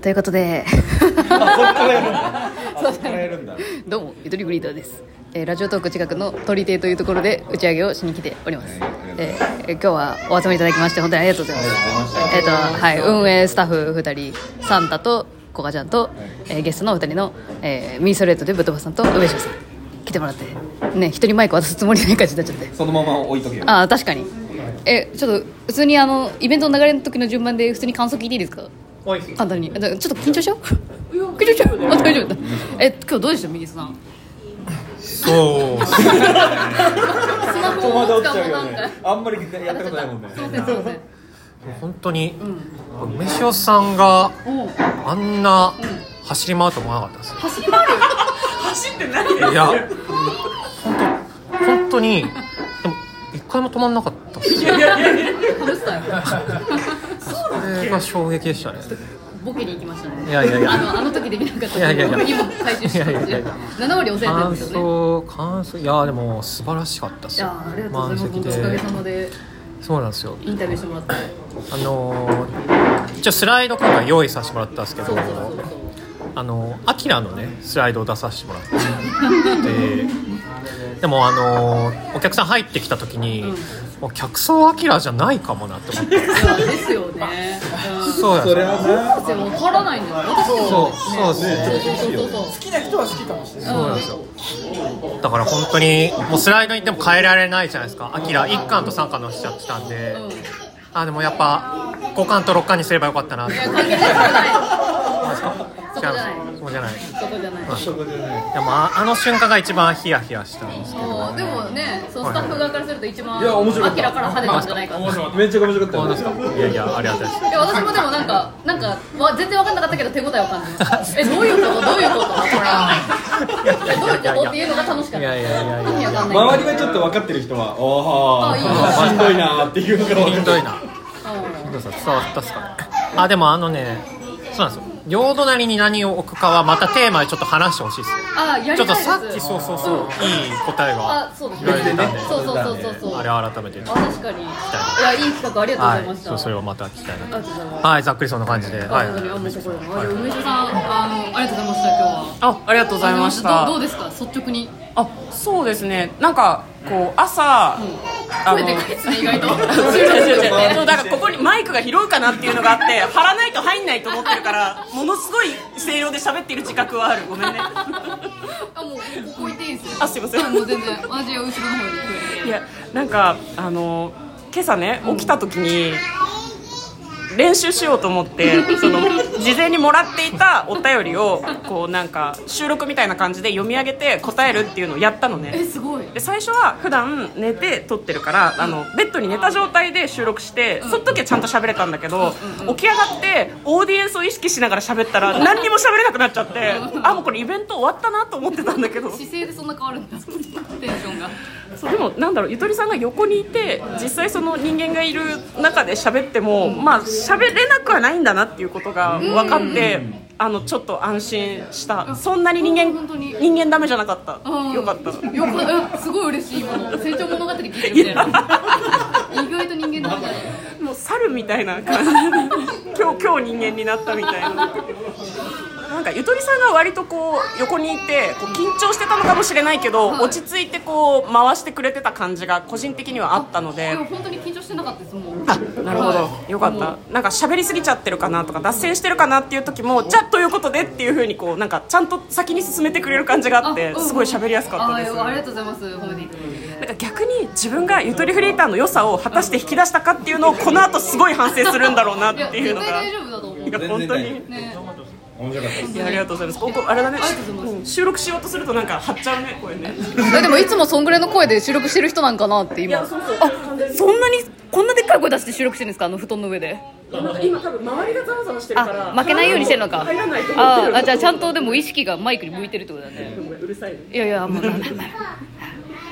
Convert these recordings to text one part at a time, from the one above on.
ということ であそっからやるんだあそっからやるんだどうもゆとりグリーターです、えーラジオトーク近くの鳥亭というところで打ち上げをしに来ております、はいありがとうございえーえー今日はお集まりいただきまして本当にありがとうございますえっ、とはい運営スタッフ2人サンタとコカちゃんと、えーゲストのお二人の、えーミーストレートでぶとばさんと上島さん来てもらってね一人マイク渡すつもりない感じになっちゃってそのまま置いとけよああ確かにえちょっと普通にあのイベントの流れの時の順番で普通に感想聞いていいですかはいです簡単にあだからちょっと緊張しちゃう緊張しちゃうあ大丈夫だえ今日どうでしたミリさんそうスマ戸ホを惑っち使ゃううなよんかねあんまりやったことないもんねすいませんすいません本当に梅塩さんがおうあんな走り回ると思わなかったです走り回るいや本当本当にでも一回も止まんなかったっすそハムスターよれが衝撃でしたねボケに行きましたねいやいやいやあのあの時できなかったいやいやいや今回収していやいやいや7割抑えてるん感ですよね想感想いやでも素晴らしかったっいすよやありがとうございます満本席当おかげでさまでそうなんですよインタビューしてもらってあのー一応スライド今回用意させてもらったんですけどそうそうそうそうあのアキラのねスライドを出させてもらってででもあのお客さん入ってきた時に、もう客層アキラじゃないかもなって思っていやですよねうんそうやそれはなでも分からないんだよ私でもそうそうですねそうそうそうそう好きな人は好きかもしれないそうだから本当にもうスライドにでも変えられないじゃないですかアキラ1巻と3巻のしちゃってたんで、んあでもやっぱ5巻と6巻にすればよかったなっていや関係ないそそうこじじゃゃなないいそうじゃないそこじゃないうんそこじゃないでもああの瞬間が一番ヒヤヒヤしたんですけどそうでもねそうスタッフ側からすると一番いや面白かった明らから派手なんじゃないかってめっちゃ面白かったどうよですかいやいやありがたいですいや私もでもなんかなんかわ全然分かんなかったけど手応えは感じましたえどういうことどういうことえどういうことっていうのが楽しかったいやいやいやいや意味わかんない周りはちょっと分かってる人はおあいいですおしんどいなーっていうのが分かるしんどいなうんどうですか伝わったっすかねあでもあのねそうなんですよ両隣に何を置くかはまたテーマでちょっと話してほしいっすよあやちょっりたといですさっきそうそうそう、いい答えがあそうです言われてたんで、そうそうそうそうそうあれは改めてあ確かにいやいい企画ありがとうございはまいした、そうそれをまた聞きたあいりながとうございますとはいざっくりそんな感じで、はあい本当にあんまりこれもあはいいや梅酒さんあのありがとうございました今日はあ、ありがとうございましあのたどう。どうですか率直にあ、そうですね。なんかこう朝、あ声でかいですね意外と違う違う違うねもうだからここにマイクが広いかなっていうのがあって貼らないと入んないと思ってるからものすごい声量で喋ってる自覚はあるごめんねあもうここ置いていいですよあすいませんもう全然味を後ろの方にいやなんかあの今朝ね起きた時に練習しようと思ってその事前にもらっていたお便りをこうなんか収録みたいな感じで読み上げて答えるっていうのをやったのねえすごいで最初は普段寝て撮ってるからあのベッドに寝た状態で収録して、その時はちゃんと喋れたんだけど、起き上がってオーディエンスを意識しながら喋ったら何にも喋れなくなっちゃってあもうこれイベント終わったなと思ってたんだけど姿勢でそんな変わるんだテンションがそうでもなんだろうゆとりさんが横にいて実際その人間がいる中で喋っても、まあ喋れなくはないんだなっていうことが分かって。あのちょっと安心したそんなに人間本当に人間ダメじゃなかった、うんよかったよかったすごい嬉しい今の成長物語聞いてるみたいな意外と人間だみたいもう猿みたいな 感じ今日今日人間になったみたいななんかゆとりさんが割とこう横にいてこう緊張してたのかもしれないけど、はい落ち着いてこう回してくれてた感じが個人的にはあったのなででも本当に緊張してなかったですもんあなるほどはいよかったなんか喋りすぎちゃってるかなとか脱線してるかなっていう時もじゃあということでっていうふうにこうなんかちゃんと先に進めてくれる感じがあってうんすごい喋りやすかったですあありがとうございます褒めていただいてなんか逆に自分がゆとりフリーターの良さを果たして引き出したかっていうのをこの後すごい反省するんだろうなっいやていう絶の対が大。丈夫だと思ういや本当に。ね面白かったいやありがとうございます。ここあれだねありがとうございます。うん収録しようとするとなんか張っちゃうねこれね。えでもいつもそんぐらいの声で収録してる人なんかなって今あそんなにこんなでっかい声出して収録してるんですかあの布団の上で今多分周りがざわざわしてるあ負けないようにしてるのか入らないと思ってあるあじゃあちゃんとでも意識がマイクに向いてるってことだねうるさいね。いやいやもう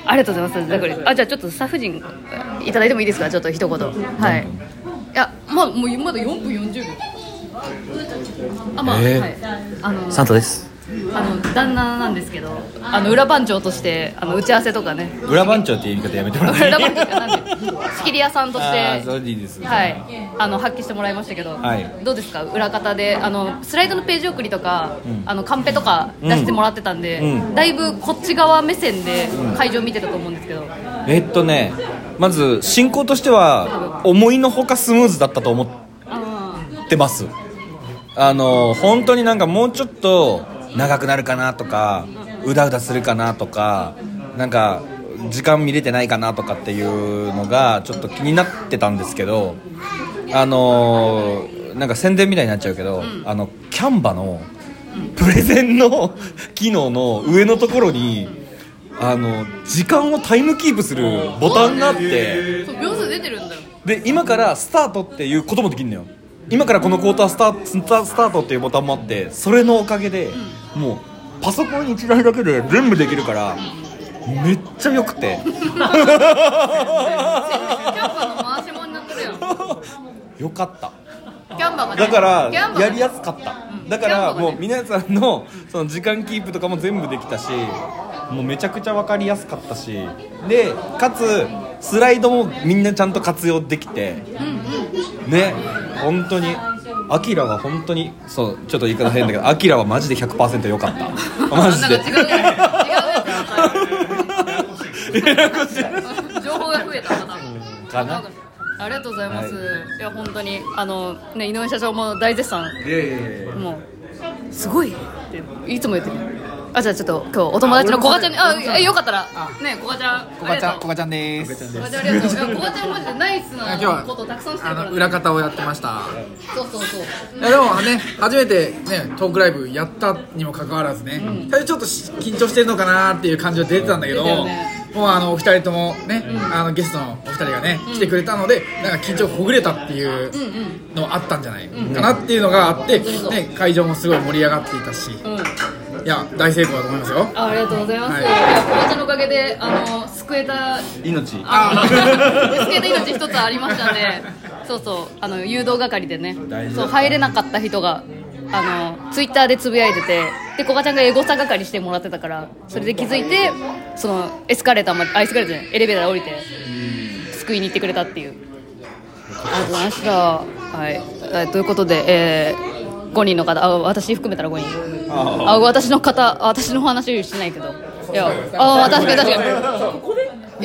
ありがとうございますだからあじゃあちょっとスタッフ陣いただいてもいいですかちょっと一言はいいやまあもうまだ4分40秒あまあ、はいあのサンタです。あの旦那なんですけどあの裏番長としてあの打ち合わせとかね裏番長っていう言い方やめてもらっていい裏番長って なんていうの仕切り屋さんとしあてーそれでいいですはい、あの発揮してもらいましたけど、はいどうですか裏方であのスライドのページ送りとか、あのカンペとか出してもらってたんで、うんだいぶこっち側目線で会場見てたと思うんですけど、えっとねまず進行としては思いのほかスムーズだったと思ってますあの本当になんかもうちょっと長くなるかなとかうだうだするかなとかなんか時間見れてないかなとかっていうのがちょっと気になってたんですけどあのなんか宣伝みたいになっちゃうけど、あのキャンバのプレゼンの機能の上のところにあの時間をタイムキープするボタンがあってそう秒数出てるんだよで今からスタートっていうこともできるのよ今からこのクォータースタートスタスタートっていうボタンもあってそれのおかげでもうパソコン一台だけで全部できるからめっちゃ良くてキャンバーの 回しもになってるやんキよかったャンバーが、ね、だからキャンバーがやりやすかったうんだかキャンらバーがもねう皆さんのその時間キープとかも全部できたしもうめちゃくちゃ分かりやすかったしでかつスライドもみんなちゃんと活用できてね本当にアキラは本当にそうちょっと言い方変だけどアキラはマジで100%良 かったマジでなんか違うね違うね 情報が増えたかなかなありがとうございます、、はいや本当にあの、ね、井上社長も大絶賛いやいやいやもうすごいっていつも言ってるあじゃあちょっと今日お友達のこがちゃんにあえよかったらねこがちゃんこがちゃん、ここががちゃんです。ちゃんありがとういやこがちゃんマジでナイス今日はなことをたくさんしてあるからのね裏方をやってました。そうそうそういやでもね、初めてね、トークライブやったにもかかわらずね、最初ちょっとし緊張してるのかなっていう感じは出てたんだけど、出てたよねもうあのお二人ともね、あのゲストのお二人がね、来てくれたので、なんか緊張ほぐれたっていうのあったんじゃないかなっていうのがあって、ね、会場もすごい盛り上がっていたし、うんいや、大成功だと思いますよ。あありがとうございます、はいい、やこがちゃんのおかげであの救えた命 あの救えた命一つありましたんでそうそうあの誘導係でねそう入れなかった人があのツイッターでつぶやいててでこがちゃんがエゴサ係してもらってたからそれで気づいてそのエスカレーターまであエスカレーターじゃないエレベーターで降りて救いに行ってくれたっていうありがとうございましたはいえーということで、えー、5人の方あ私含めたら5人あ私の方あ私の話しないけどいやあ確かに確かに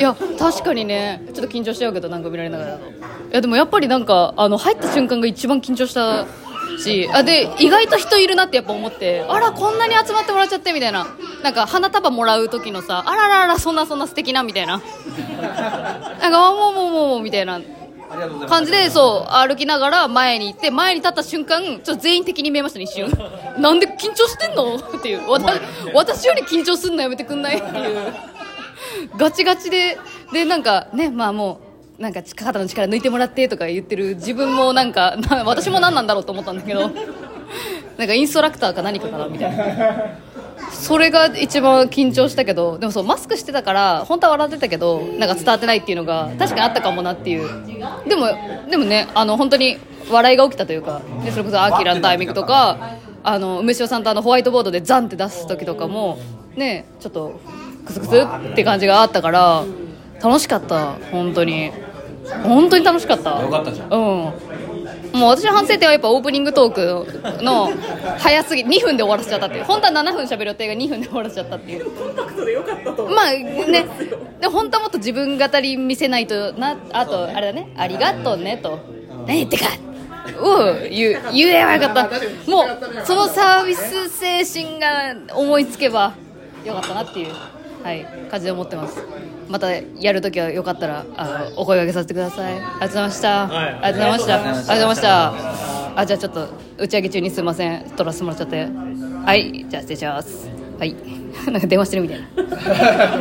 いや確かにねちょっと緊張しちゃうけどなんか見られながらだといやでもやっぱりなんかあの入った瞬間が一番緊張したしあで意外と人いるなってやっぱ思ってあらこんなに集まってもらっちゃってみたいななんか花束もらう時のさあららららそんなそんな素敵なみたいななんかあもうもうもうもうみたいな感じでそう歩きながら前に行って前に立った瞬間ちょっと全員的に見えましたね一瞬なんで緊張してんのっていう私私より緊張すんのやめてくんないっていうガチガチででなんかねまあもうなんか肩の力抜いてもらってとか言ってる自分もなんか な私も何なんだろうと思ったんだけどなんかインストラクターか何かかなみたいなそれが一番緊張したけどでもそうマスクしてたから本当は笑ってたけどなんか伝わってないっていうのが確かにあったかもなっていうでもでもねあの本当に笑いが起きたというかでそれこそアキラのタイミングとかあの梅塩さんとあのホワイトボードでザンって出す時とかもねちょっとクスクスって感じがあったから楽しかった本当に本当に楽しかったよかったじゃんうんもう私の反省点はやっぱオープニングトークの早すぎ2分で終わらせちゃったっていう本当は7分喋る予定が2分で終わらせちゃったっていうコンタクトでよかったとまあねで本当はもっと自分語り見せないとなあと、あれだね「ありがとうね」と「何言ってか」を言う言えばよかったもうそのサービス精神が思いつけばよかったなっていう、はい、感じで思ってますまたやるときはよかったらあのお声掛けさせてくださいありがとうございました、ありがとうございましたありがとうございましたあじゃあちょっと打ち上げ中にすいません取らせて もらっちゃってはいじゃあ失礼しますはいなんか電話してるみたいな